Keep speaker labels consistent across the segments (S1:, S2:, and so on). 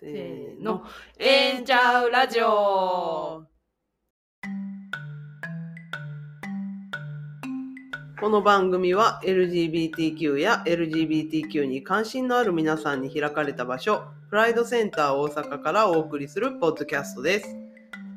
S1: せーの。えんちゃうラジオ
S2: この番組は LGBTQ や LGBTQ に関心のある皆さんに開かれた場所、プライドセンター大阪からお送りするポッドキャストです。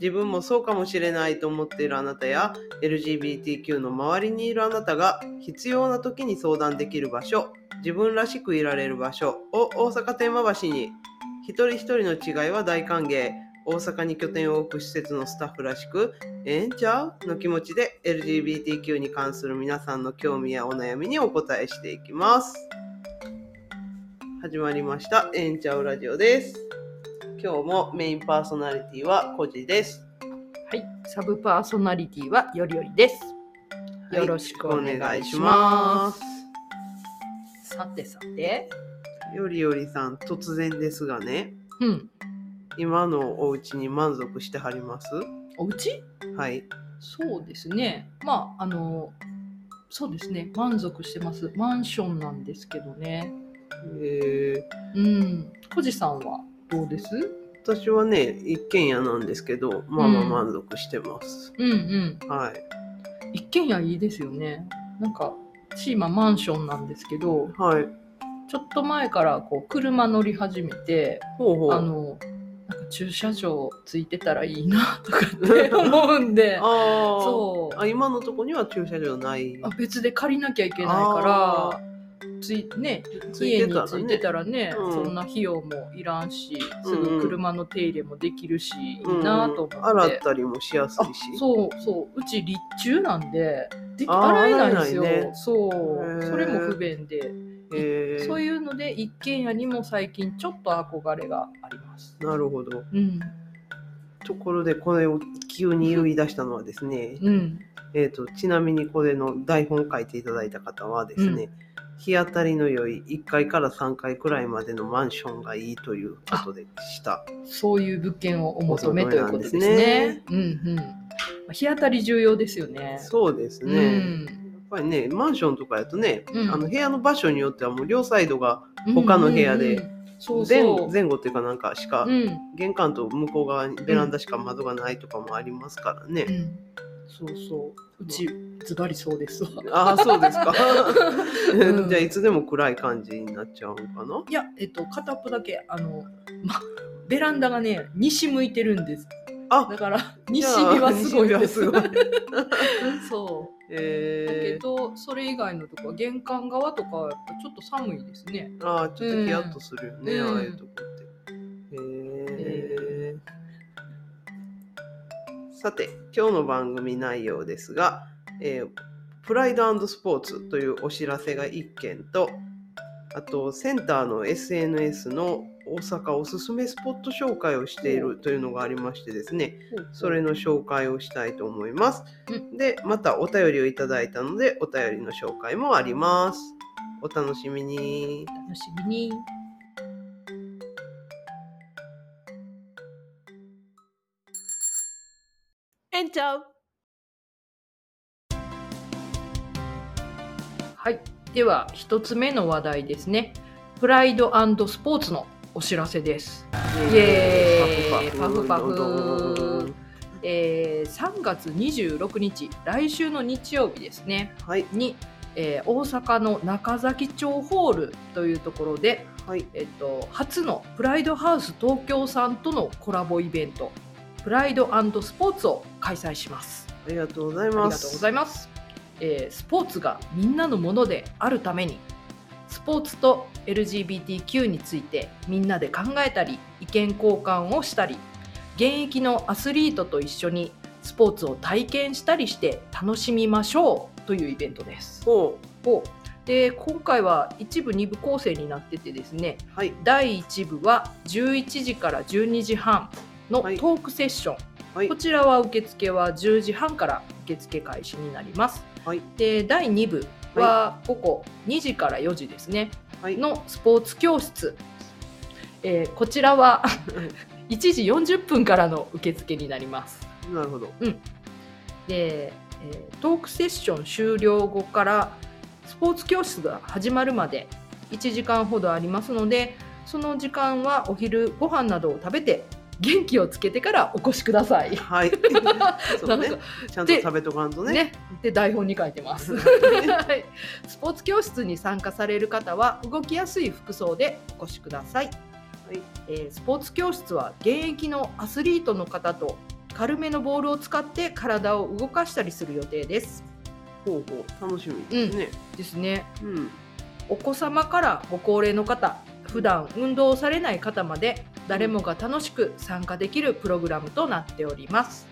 S2: 自分もそうかもしれないと思っているあなたや LGBTQ の周りにいるあなたが必要な時に相談できる場所、自分らしくいられる場所を大阪天満橋に一人一人の違いは大歓迎。大阪に拠点を置く施設のスタッフらしく、ええんちゃうの気持ちで LGBTQ に関する皆さんの興味やお悩みにお答えしていきます。始まりました。ええんちゃうラジオです。今日もメインパーソナリティはコジです。
S1: はい、サブパーソナリティはよりよりです。
S2: はい
S1: よろしくお願いします。さてさて、
S2: よりよりさん、突然ですがね、
S1: うん、
S2: 今のお家に満足してはります
S1: お家
S2: はい。
S1: そうですね。まああのそうですね。満足してます。マンションなんですけどね。
S2: えー、
S1: うん、コジさんはどうです？
S2: 私はね、一軒家なんですけど、まあまあ
S1: うん
S2: 満足してます。
S1: うんうん。
S2: はい。
S1: 一軒家いいですよね。なんか私今マンションなんですけど、
S2: はい。
S1: ちょっと前からこう車乗り始めて、
S2: ほうほう。、
S1: あのなんか駐車場ついてたらいいなとかって思うんで
S2: あー
S1: そう。
S2: あ今のとこには駐車場ない。
S1: あ別で借りなきゃいけないから、ついね
S2: ついて
S1: 家に
S2: たら
S1: ついて
S2: ね。
S1: たらね、
S2: うん
S1: そんな費用もいらんし、す
S2: うんう
S1: ぐ
S2: ん
S1: 車の手入れもできるし、
S2: うん
S1: いいなと思って。
S2: 洗ったりもしやすいし。
S1: そうそううち立中なんでで
S2: あー
S1: 洗えないんですよ、
S2: 洗えないね
S1: そう
S2: へー
S1: それも不便で
S2: へー
S1: そういうので一軒家にも最近ちょっと憧れがあります
S2: なるほど。
S1: うん
S2: ところでこれを急に言い出したのはですね、
S1: うん
S2: えー、とちなみにこれの台本を書いていただいた方はですね、日当たりの良い1階から3階くらいまでのマンションがいいということでした。
S1: そういう物件をお求め
S2: お
S1: とい
S2: 求めな
S1: うこと
S2: ん
S1: で
S2: ですす
S1: ね
S2: ね
S1: うんうんまあ日当たり重要ですよね
S2: そうですね、やっぱりねマンションとかやとね、
S1: うん
S2: あの部屋の場所によってはもう両サイドが
S1: うん
S2: 他の部屋で
S1: うんうんうんそう
S2: 前
S1: そう
S2: 前後っていうかなんかしか
S1: うん
S2: 玄関と向こう側にベランダしか窓がないとかもありますからね。
S1: うんそうそううちズバリそうですわ
S2: ああそうですか
S1: うん
S2: じゃあいつでも暗い感じになっちゃうのかない
S1: や、えっと、片っぽだけ、あの、ま、ベランダがね、西向いてるんです。
S2: あ
S1: だから、
S2: じ
S1: 西
S2: ゃあ
S1: 日はすご
S2: 西
S1: い
S2: 日は
S1: です。
S2: すごい
S1: そう。だけ
S2: え
S1: ど、それ以外のとこは、玄関側とかは、やっぱちょっと寒いですね。
S2: ー、ああちょっとヒヤッとするよね、
S1: うん
S2: ああいうとこって。へえさて今日の番組内容ですが、えープライドスポーツというお知らせが1件とあとセンターの SNS の大阪おすすめスポット紹介をしているというのがありましてですねそれの紹介をしたいと思います。
S1: う
S2: で、またお便りをいただいたので、お便りの紹介もあります。お楽しみに。
S1: 楽しみに。
S2: えんちゃう。
S1: はい。では、一つ目の話題ですね。プライドスポーツのお知らせです。イエーイパフパフえー、3月26日、来週の日曜日ですね。
S2: はい、
S1: に、えー大阪の中崎町ホールというところで、
S2: はい、
S1: えっと、初のプライドハウス東京さんとのコラボイベントプライドスポーツを開催します。
S2: ありがとうござい
S1: あり
S2: ま
S1: がとうご
S2: す。
S1: ざいます、えースポーツがみんなのものであるためにスポーツと LGBTQ についてみんなで考えたり意見交換をしたり現役のアスリートと一緒にスポーツを体験したりして楽しみましょうというイベントです。
S2: ほ
S1: をで今回は一部2部構成になっててですね
S2: う、はい、
S1: 第1部は11時から12時半のト
S2: はい
S1: ークセッション、
S2: はい
S1: こ、ちらは受付は10時半から受付開始になります
S2: はい、
S1: で第2部は午後2時から4時ですね
S2: はい、
S1: のスポーツ教室、えーこち らは1時40分からの受付になります
S2: なるほど。
S1: で、えートークセッション終了後からスポーツ教室が始まるまで1時間ほどありますのでその時間はお昼ご飯などを食べて元気をつけてからお越しください。
S2: はいそうね
S1: なん
S2: ちゃんと食べとかんとね
S1: ね、で台本に書いてます、 はい、スポーツ教室に参加される方は動きやすい服装でお越しください、えースポーツ教室は現役のアスリートの方と軽めのボールを使って体を動かしたりする予定です
S2: ほうほう楽しみですね、
S1: ですね
S2: うん
S1: お子様からご高齢の方普段運動をされない方まで誰もが楽しく参加できるプログラムとなっております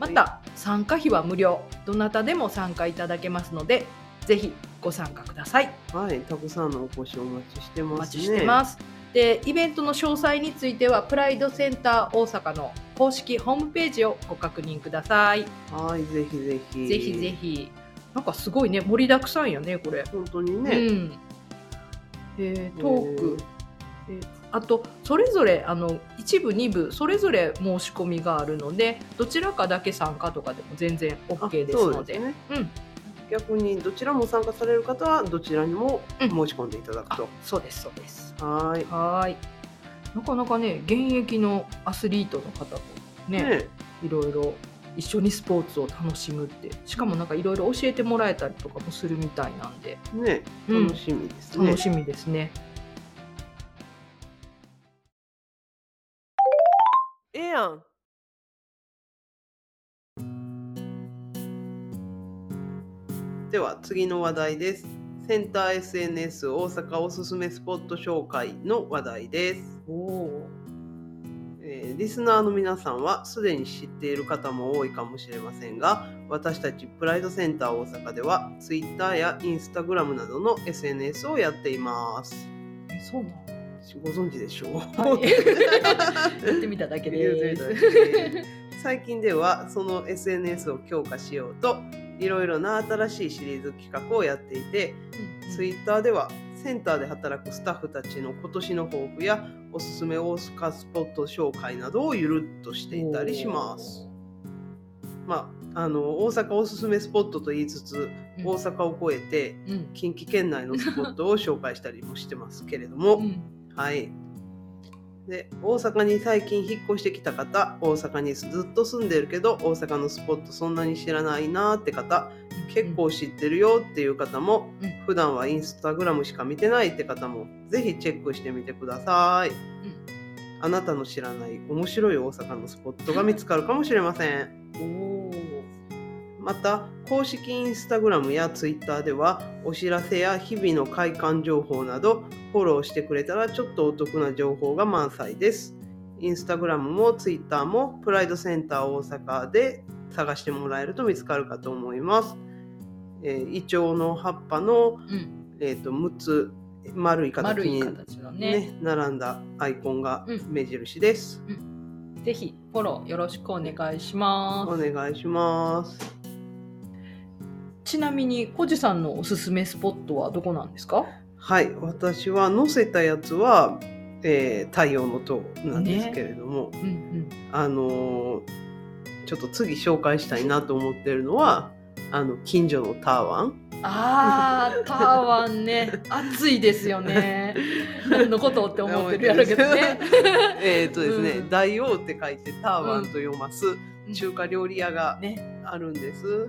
S1: また参加費は無料どなたでも参加いただけますのでぜひご参加ください
S2: はいたくさんのお越しお待ちしてますね
S1: お待ちしてますでイベントの詳細についてはプライドセンター大阪の公式ホームページをご確認ください、
S2: はいぜひぜひ
S1: ぜひぜひなんかすごいね盛りだくさんやねこれ、
S2: 本当に
S1: う
S2: ね、
S1: んえートーク、あとそれぞれあの一部二部それぞれ申し込みがあるのでどちらかだけ参加とかでも全然
S2: あ
S1: OK です
S2: そ
S1: の
S2: う
S1: で
S2: ですね
S1: うん
S2: 逆にどちらも参加される方はどちらにも申し込んでいただく
S1: あ
S2: と、
S1: そうですそうです
S2: はーい
S1: はーいなかなかね現役のアスリートの方とね
S2: ね
S1: いろいろ一緒にスポーツを楽しむってしかもなんかいろいろ教えてもらえたりとかもするみたいなんで
S2: ね
S1: うん
S2: 楽しみですね、
S1: 楽しみですね、
S2: ええやんでは次の話題ですセンター SNS 大阪おすすめスポット紹介の話題です
S1: おお
S2: えーリスナーの皆さんはすでに知っている方も多いかもしれませんが私たちプライドセンター大阪では Twitter や Instagram などの SNS をやっています
S1: えそうなの
S2: ご存知でしょう、
S1: はいや ってみただけです
S2: 最近ではその SNS を強化しようといろいろな新しいシリーズ企画をやっていてツイッターではセンターで働くスタッフたちの今年の抱負やおすすめ大阪スポット紹介などをゆるっとしていたりします。まあ、あの大阪おすすめスポットと言いつつ
S1: うん
S2: 大阪を越えて
S1: うん
S2: 近畿圏内のスポットを紹介したりもしてますけれども、
S1: うん
S2: はい。で大阪に最近引っ越してきた方大阪にずっと住んでるけど大阪のスポットそんなに知らないなーって方結構知ってるよっていう方も、
S1: うん
S2: 普段はインスタグラムしか見てないって方もぜひチェックしてみてください、あなたの知らない面白い大阪のスポットが見つかるかもしれません
S1: おー
S2: また公式インスタグラムやツイッターではお知らせや日々の会館情報などフォローしてくれたらちょっとお得な情報が満載ですインスタグラムもツイッターもプライドセンター大阪で探してもらえると見つかるかと思います、えーイチョウの葉っぱの
S1: うん
S2: えー、と6つ丸い形
S1: 丸い
S2: に、
S1: 形の
S2: ね
S1: ね
S2: 並んだアイコンが
S1: うん
S2: 目印です。
S1: ぜひフォローよろしくお願いしま
S2: お
S1: す
S2: 願いします。
S1: ちなみにコジさんのおすすめスポットはどこなんですか
S2: はい、私は載せたやつは、えー太陽の塔なんですけれども、
S1: うん
S2: あのーちょっと次紹介したいなと思ってるのはあの近所のタワン。
S1: うん、あータワンね 暑いですよね何のことって思ってるやろうけどね
S2: えっとですね、
S1: うん
S2: 大王って書いてタワンと読ます
S1: うん
S2: 中華料理屋が
S1: ね
S2: あるんです。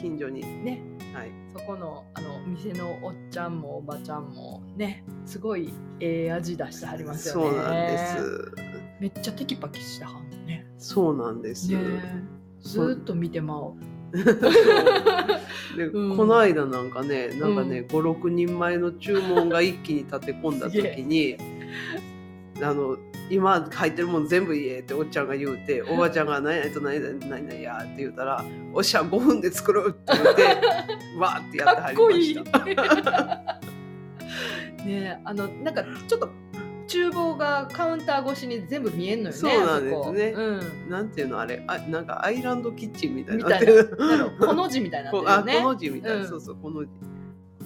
S2: 近所に。
S1: ね
S2: はい。
S1: そこのあの店のおっちゃんもおばちゃんもねすごいええ味出してはりますよね
S2: そうなんです。
S1: めっちゃテキパキしてはんのね
S2: そうなんです。
S1: ねずーっと見てまおう
S2: で、
S1: うん
S2: この間なんかね、なんか
S1: う
S2: ね、五六人前の注文が一気に立て込んだ時に。 あの、今書いてるもん全部言えっておっちゃんが言う て、おばちゃんが何々と何々、何々やって言うたら。おっしゃ、五分で作るって言って、 わーってやって
S1: か
S2: は
S1: っ
S2: り
S1: こ
S2: ま
S1: いい
S2: し
S1: ね
S2: た。
S1: えあのなんかちょっと厨房がカウンター越しに全部見えんのよね
S2: そうなんですね
S1: あそこ
S2: なんていうの、あれ、あ、なんかアイランドキッチンみ たいにな
S1: み
S2: ったて
S1: いな
S2: る。
S1: うんなんだろうこの字みたいになっ て
S2: こ
S1: る
S2: あ、
S1: よ
S2: こ
S1: ね
S2: の字みたいな、
S1: うん
S2: そうそう、この字。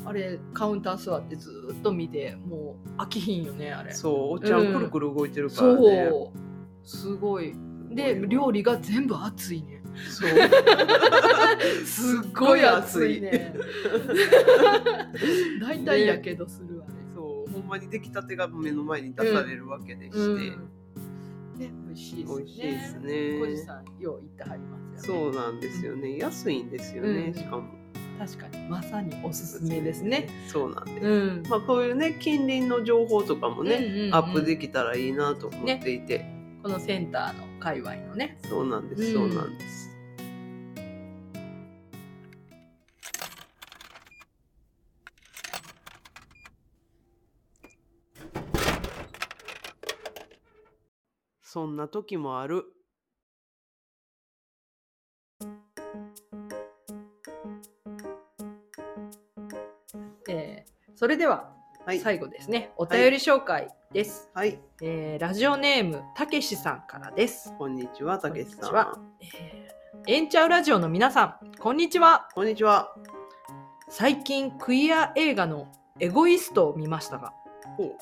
S1: あれカウンター座ってずーっと見てもう飽きひんよねあれ
S2: そう、おっちゃ
S1: うんん
S2: くるくる動いてるからね。
S1: そうすごいで
S2: ごいわ
S1: 料理が全部熱い ね
S2: そう。
S1: すっごい熱いね 大体やけどするわね
S2: そう、ほんんまに出来たてが目の前に出されるわけでして、
S1: うんね、美味しいですね。
S2: 美味しいですね
S1: 小路さん、よう行ってはりますよね。
S2: そうなんですよね安いんですよね、
S1: うん
S2: しかも
S1: 確かに、まさにおすすめですね。
S2: そうなんです、
S1: うん。
S2: まあこういうね近隣の情報とかもね、
S1: うんうんうん
S2: アップできたらいいなと思っていて、
S1: このセンターの界隈のね。
S2: そうなんです、
S1: うん
S2: そうなんですそんな時もある
S1: えーそれでは、
S2: はい、
S1: 最後ですね、お便り紹介です。
S2: はい、
S1: えーラジオネーム、たけしさんからです。
S2: こんにちはたけしさん
S1: こんにちえー、エンチャウラジオの皆さん、こんにちは。
S2: こんにちは
S1: 最近、クイア映画のエゴイストを見ましたが、
S2: ほ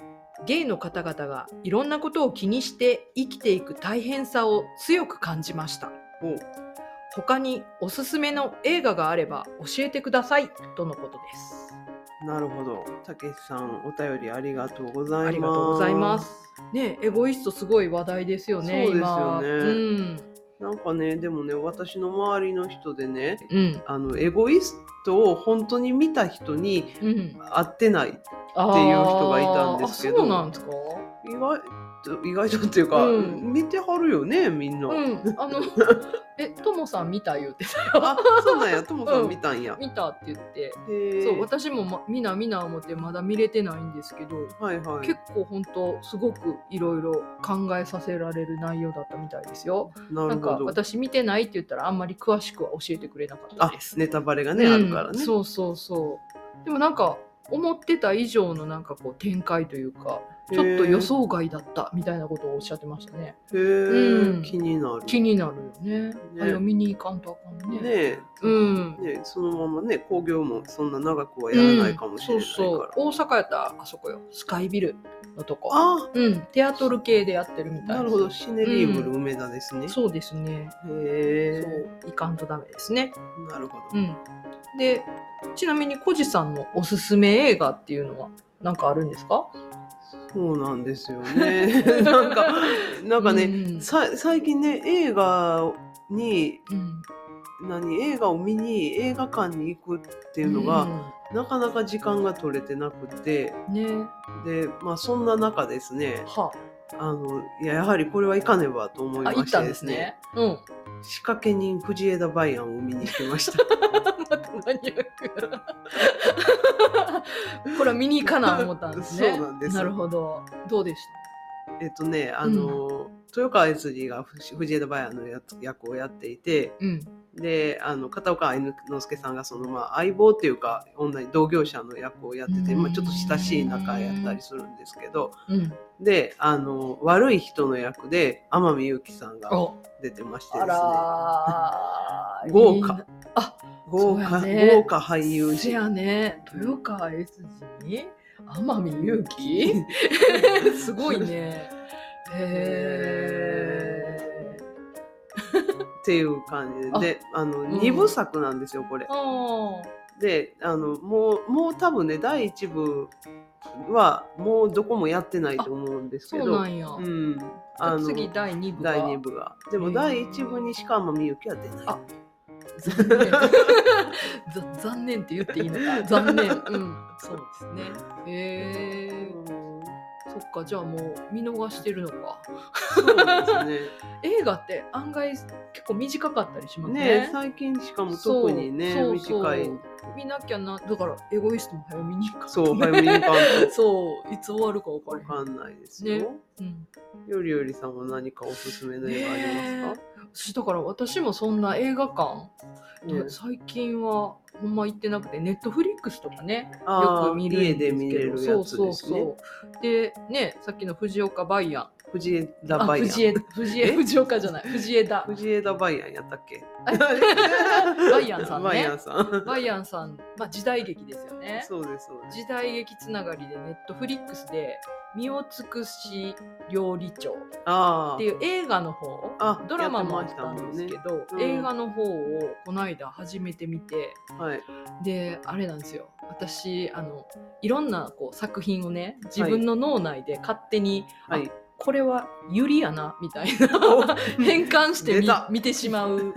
S1: ゲイの方々がいろんなことを気にして生きていく大変さを強く感じました。
S2: うほう
S1: 他におすすめの映画があれば教えてくださいとのことです。
S2: なるほど。たけしさん、お便りありがとうございます。
S1: ありがとうございます。。ねエゴイストすごい話題ですよね。
S2: そうですよね
S1: 今
S2: なんかね、でもね、私の周りの人でね、
S1: うん
S2: あのエゴイストを本当に見た人に
S1: うんうん。
S2: 会ってない。
S1: あー
S2: っていう人がいたんですけど
S1: あそうなんですか。
S2: 意外と意外とっていうか、
S1: うん
S2: 見てはるよね、みんな。
S1: うん。あのえともさん見た言ってたよ。
S2: あ、そうなんや。ともさ
S1: うん
S2: ん見たんや。
S1: 見たって言って。
S2: へえ
S1: そう私も、ま、見な見な思ってまだ見れてないんですけど。
S2: はいはい。
S1: 結構本当すごくいろいろ考えさせられる内容だったみたいですよ。
S2: なる
S1: なんか
S2: ほど。
S1: 私見てないって言ったらあんまり詳しくは教えてくれなかった
S2: あ
S1: で、す。
S2: ネタバレがね、
S1: うん
S2: あるからね。
S1: そうそうそう。でもなんか思ってた以上のなんかこう展開というかちょっと予想外だったみたいなことをおっしゃってましたね。
S2: へえ、
S1: うん
S2: 気になる。
S1: 気になるよね。
S2: ね
S1: あれを見に行かんとあかんね。
S2: ねえ、
S1: うん。
S2: ねえそのままね、興行もそんな長くはやらないかもしれないから。
S1: うんそうそう大阪やったらあそこよスカイビルのとこ
S2: あ
S1: うんテアトル系でやってるみたいです
S2: なるほど、シネリーブル梅田ですね。
S1: そうですね
S2: へえ。
S1: そういかんとダメですね。
S2: なるほ
S1: う
S2: ど。
S1: ん、でちなみにコジさんのおすすめ映画っていうのは何かあるんですか？
S2: そうなんですよ ね。なんか、なんかね、
S1: うん
S2: さ最近ね、映画に、
S1: うん、
S2: 何、映画を見に映画館に行くっていうのが、なかなか時間が取れてなくて、
S1: うんね
S2: で、まあそんな中ですね、
S1: は
S2: あの、いや、やはりこれはいかねばと思い
S1: あ
S2: ま
S1: 行っ
S2: したて
S1: ん
S2: で
S1: です
S2: すね、
S1: ね。 うん。
S2: 仕掛け人藤枝梅安を見に行きま した。
S1: またマニアック。これは見に行かな思ったんですね。
S2: そうなんです
S1: なるほど。どうでし
S2: えっとね、あの、豊川悦司が藤枝梅安のやつ役をやっていて、
S1: た？うん。
S2: であの片岡愛之助さんがその、まあ、相棒っていうか女に同業者の役をやってて、まあ、ちょっと親しい仲やったりするんですけど
S1: うん。
S2: であの悪い人の役で天海祐希さんが
S1: お
S2: 出てましてで
S1: あ
S2: すね
S1: らー。
S2: 豪華
S1: いいなあ
S2: 豪華、
S1: そうやね
S2: 豪華俳優
S1: せ
S2: 陣
S1: やね。豊川悦司に天海祐 希。すごいね。へー
S2: っていう感じで
S1: あ
S2: であの、
S1: ん
S2: 二部作なんですよこれ。
S1: あ
S2: であのもうもう多分ね第一部はもうどこもやってないと思うんです
S1: そ
S2: けど
S1: うなんや。
S2: う
S1: じ
S2: ん、
S1: ゃあ
S2: の
S1: 次第2部が
S2: 第2部が。 で
S1: へ
S2: も
S1: ー
S2: 第1部にしか天海祐希は出ない。
S1: あ残念ざ残念って言っていいの か残念うんそうですねへえ
S2: うん
S1: そっかじゃあもう見逃してるのか
S2: そうで
S1: 映画って案外結構短かったりしますす
S2: ね。
S1: ね
S2: ね最近しかも特にね
S1: そうそう
S2: 短い。
S1: 見なきゃなだからエゴイストも早めに行か
S2: そう早めに行かん
S1: そういつ終わるか分
S2: とわ
S1: か
S2: かんないです よ。
S1: らへん、うん、
S2: よりよりさんは何かおすすめの映画ありますか？
S1: 私だから私もそんな映画館、
S2: ね
S1: 最近はほんま行ってなくてネットフリックスとかね
S2: あー
S1: よく見るん
S2: 家
S1: ですけど
S2: で見れるやつ
S1: そう
S2: で
S1: そ
S2: す
S1: う
S2: ね。
S1: そうでねさっきの藤岡バイアン
S2: 藤枝
S1: あ
S2: バイア
S1: 藤
S2: ン。
S1: 枝藤枝
S2: え
S1: 藤岡じゃない藤枝
S2: 藤枝バイアンやったっけ？
S1: バイアンさんね
S2: バイアンさん。
S1: バイアンさん、まあ、時代劇ですよね
S2: そうですそうです。
S1: 時代劇つながりでネットフリックスで「身を尽くし料理長」
S2: あ
S1: って
S2: ー
S1: いう映画の方
S2: あ
S1: ドラマもあ
S2: や
S1: ってた
S2: まし
S1: ん
S2: も
S1: ですけ
S2: ね。
S1: ど、
S2: うん
S1: 映画の方をこの間初めて見て
S2: はい。
S1: であれなんですよ私あのいろんなこう作品をね自分の脳内で勝手に、
S2: はい
S1: これはユリやなみたいな 変換して
S2: 出
S1: み
S2: た
S1: 見てしまう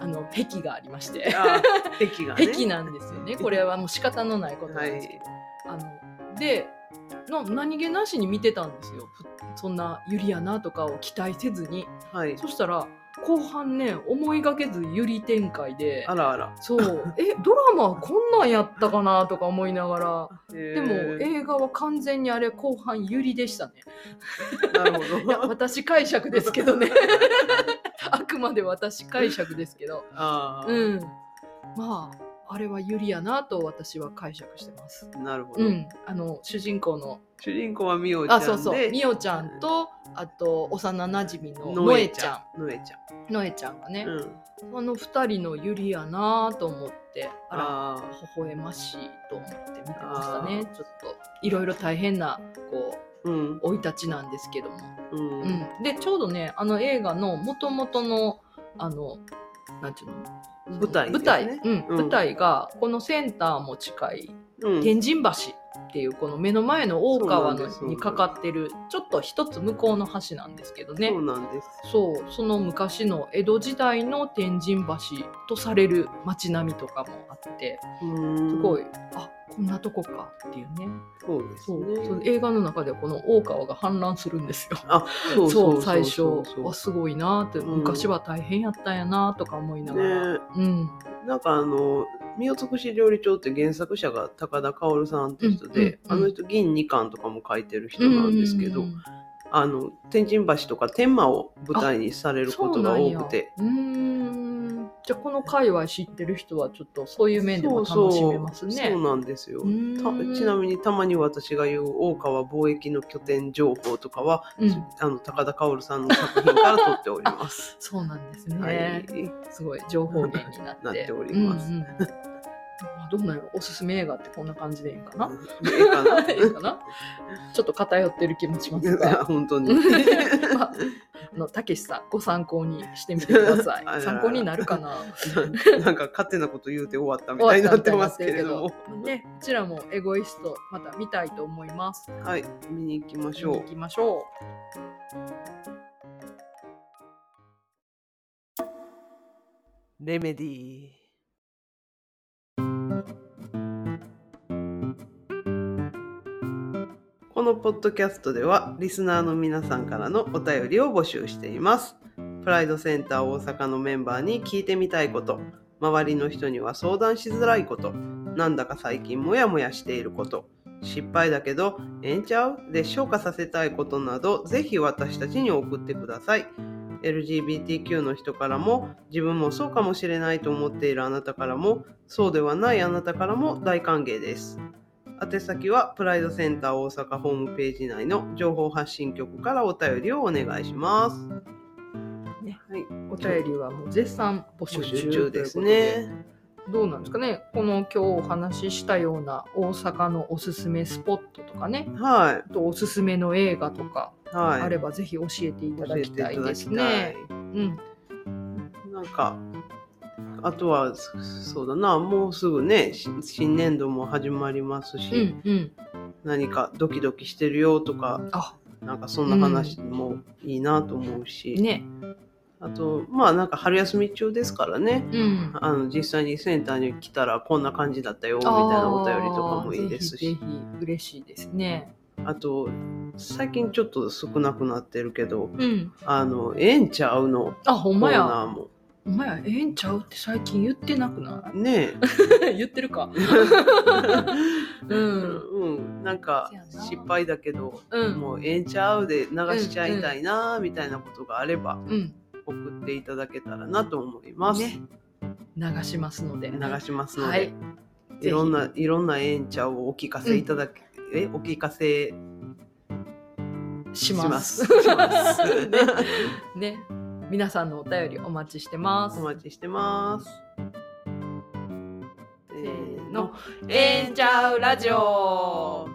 S1: あの癖がありまして
S2: あー敵がね
S1: 癖なんですよねこれはもう仕方のないことなんですけど、あのでな何気なしに見てたんですよふそんなユリやなとかを期待せずに
S2: はい
S1: そしたら後半ね思いがけずユリ展開で
S2: あらあら
S1: そうえドラマはこんなんやったかなとか思いながらで
S2: で
S1: も映画は完全にあれ後半ユリでしたね。
S2: なるほ
S1: いや
S2: ど
S1: 私解釈ですけど ねあくまで私解釈ですけど
S2: あー
S1: うんまああれはユリやなと私は解釈してます
S2: なるほど、
S1: うんあの主人公の
S2: 主人公はミオちゃん
S1: あ
S2: で
S1: そうそうみおちゃんとあと幼なじみののえちゃ
S2: ノエちゃ
S1: んのえちゃんがね
S2: ん、、うん、
S1: あの二人のユリやなと思ってあら
S2: あー
S1: 微笑ましいと思って見てましたねちょっといろいろ大変なこう
S2: うん
S1: 生い立ちなんですけども
S2: うん、
S1: うん、でちょうどねあの映画のもともとのあのなんていうの
S2: 舞台
S1: 舞台、
S2: です
S1: うん
S2: うん
S1: 舞台がこのセンターも近い
S2: うん
S1: 天神橋っていうこの目の前の大川
S2: そうなん
S1: の
S2: です
S1: にかかってるちょっと一つ向こうの橋なんですけどね
S2: そうなんです
S1: そうその昔の江戸時代の天神橋とされる町並みとかもあってす
S2: す
S1: ご
S2: い
S1: い、あこんなとこかっていうね
S2: そうです
S1: そう
S2: ね
S1: そう映画の中ではこの大川が氾濫するんですよ。
S2: あそ
S1: そう最初
S2: そう
S1: はすごいなって、
S2: うん
S1: 昔は大変やったんやなとか思いながら、
S2: ね
S1: うん
S2: なんかあの「身を尽くし料理長」って原作者が高田薫さんって人で、
S1: うんうんうん
S2: あの人銀2巻とかも書いてる人なんですけど、
S1: うん
S2: あの天神橋とか天満を舞台にされることが多くて
S1: そうなんやうーんじゃあこの界隈知ってる人はちょっとそういう面でも楽しめますね
S2: そうそうなんですよ、た
S1: う
S2: ちなみにたまに私が言う大川貿易の拠点情報とかは、
S1: に、うん、
S2: あの高田薫さんの作品から取っております。
S1: そうなんです ね、
S2: はい、
S1: すごい情報源になって
S2: なっております
S1: うん うんまあどうなんやろおすすめ映画ってこんな感じでいいんか な、
S2: いいか な
S1: いいかなちょっと偏ってる気もしますが
S2: 本当に。
S1: まああのたけしさんご参考にしてみてくださ
S2: あらら
S1: い。参考になる かな。
S2: なんか勝手なこと言うて終わったみたいになってますけれども。
S1: ね、こちらもエゴイストまた見たいと思います。
S2: はい、見に行きましょ
S1: 行
S2: う。
S1: きましょう。
S2: レメディー。このポッドキャストではリスナーの皆さんからのお便りを募集しています。プライドセンター大阪のメンバーに聞いてみたいこと、周りの人には相談しづらいこと、なんだか最近モヤモヤしていること、失敗だけど、ええんちゃうで消化させたいことなど、ぜひ私たちに送ってください。LGBTQ の人からも自分もそうかもしれないと思っているあなたからもそうではないあなたからも大歓迎です宛先はプライドセンター大阪ホームページ内の情報発信局からお便りをお願いします
S1: ね
S2: はい、
S1: お便りはもう絶賛募集
S2: 募
S1: 中
S2: 集中です
S1: というこ
S2: ね
S1: とで。どうなんですかね。この今日お話ししたような大阪のおすすめスポットとかね、
S2: は
S1: あとおすすめの映画とか
S2: いはい
S1: あればぜひ教えていた
S2: 教
S1: だ
S2: え
S1: きた
S2: てい
S1: い
S2: ただ
S1: で
S2: き
S1: す
S2: たい
S1: ね。うん。
S2: なんかあとはそうだなもうすぐね新新年度も始まりますし、
S1: うんうん。
S2: 何かドキドキしてるよとか
S1: あ、
S2: なんかそんな話もいいなと思うし、
S1: ね。
S2: あとまあなんか春休み中ですからね
S1: うん。
S2: あの実際にセンターに来たらこんな感じだったよみたい
S1: あー
S2: なお便りとかもいいです
S1: ぜ
S2: し
S1: ひぜひ嬉しいですね。
S2: あと最近ちょっと少なくなってるけど
S1: うん。
S2: あのええんちゃうの
S1: あ、ほん
S2: コ
S1: ま
S2: ー
S1: や。
S2: ナーも
S1: お前はええんちゃうって最近言ってなくな
S2: ね
S1: い 言ってるか。
S2: え、
S1: うん。
S2: うん、なんか
S1: そうやな
S2: 失敗だけど、
S1: うん。
S2: もうええんちゃうで流しちゃいたいなみたいなことがあれば
S1: うん。
S2: 送っていただけたらなと思います。
S1: ね流しますので。
S2: 流しますので、
S1: はいい、。
S2: いろんないろんなえんちゃんをお聞かせいただけ、えお聞かせ
S1: します。
S2: します
S1: ね ね。皆さんのお便りお待ちしてま
S2: お
S1: す。
S2: 待ちしてます。せー
S1: せー
S2: の
S1: の。ええんちゃうラジオ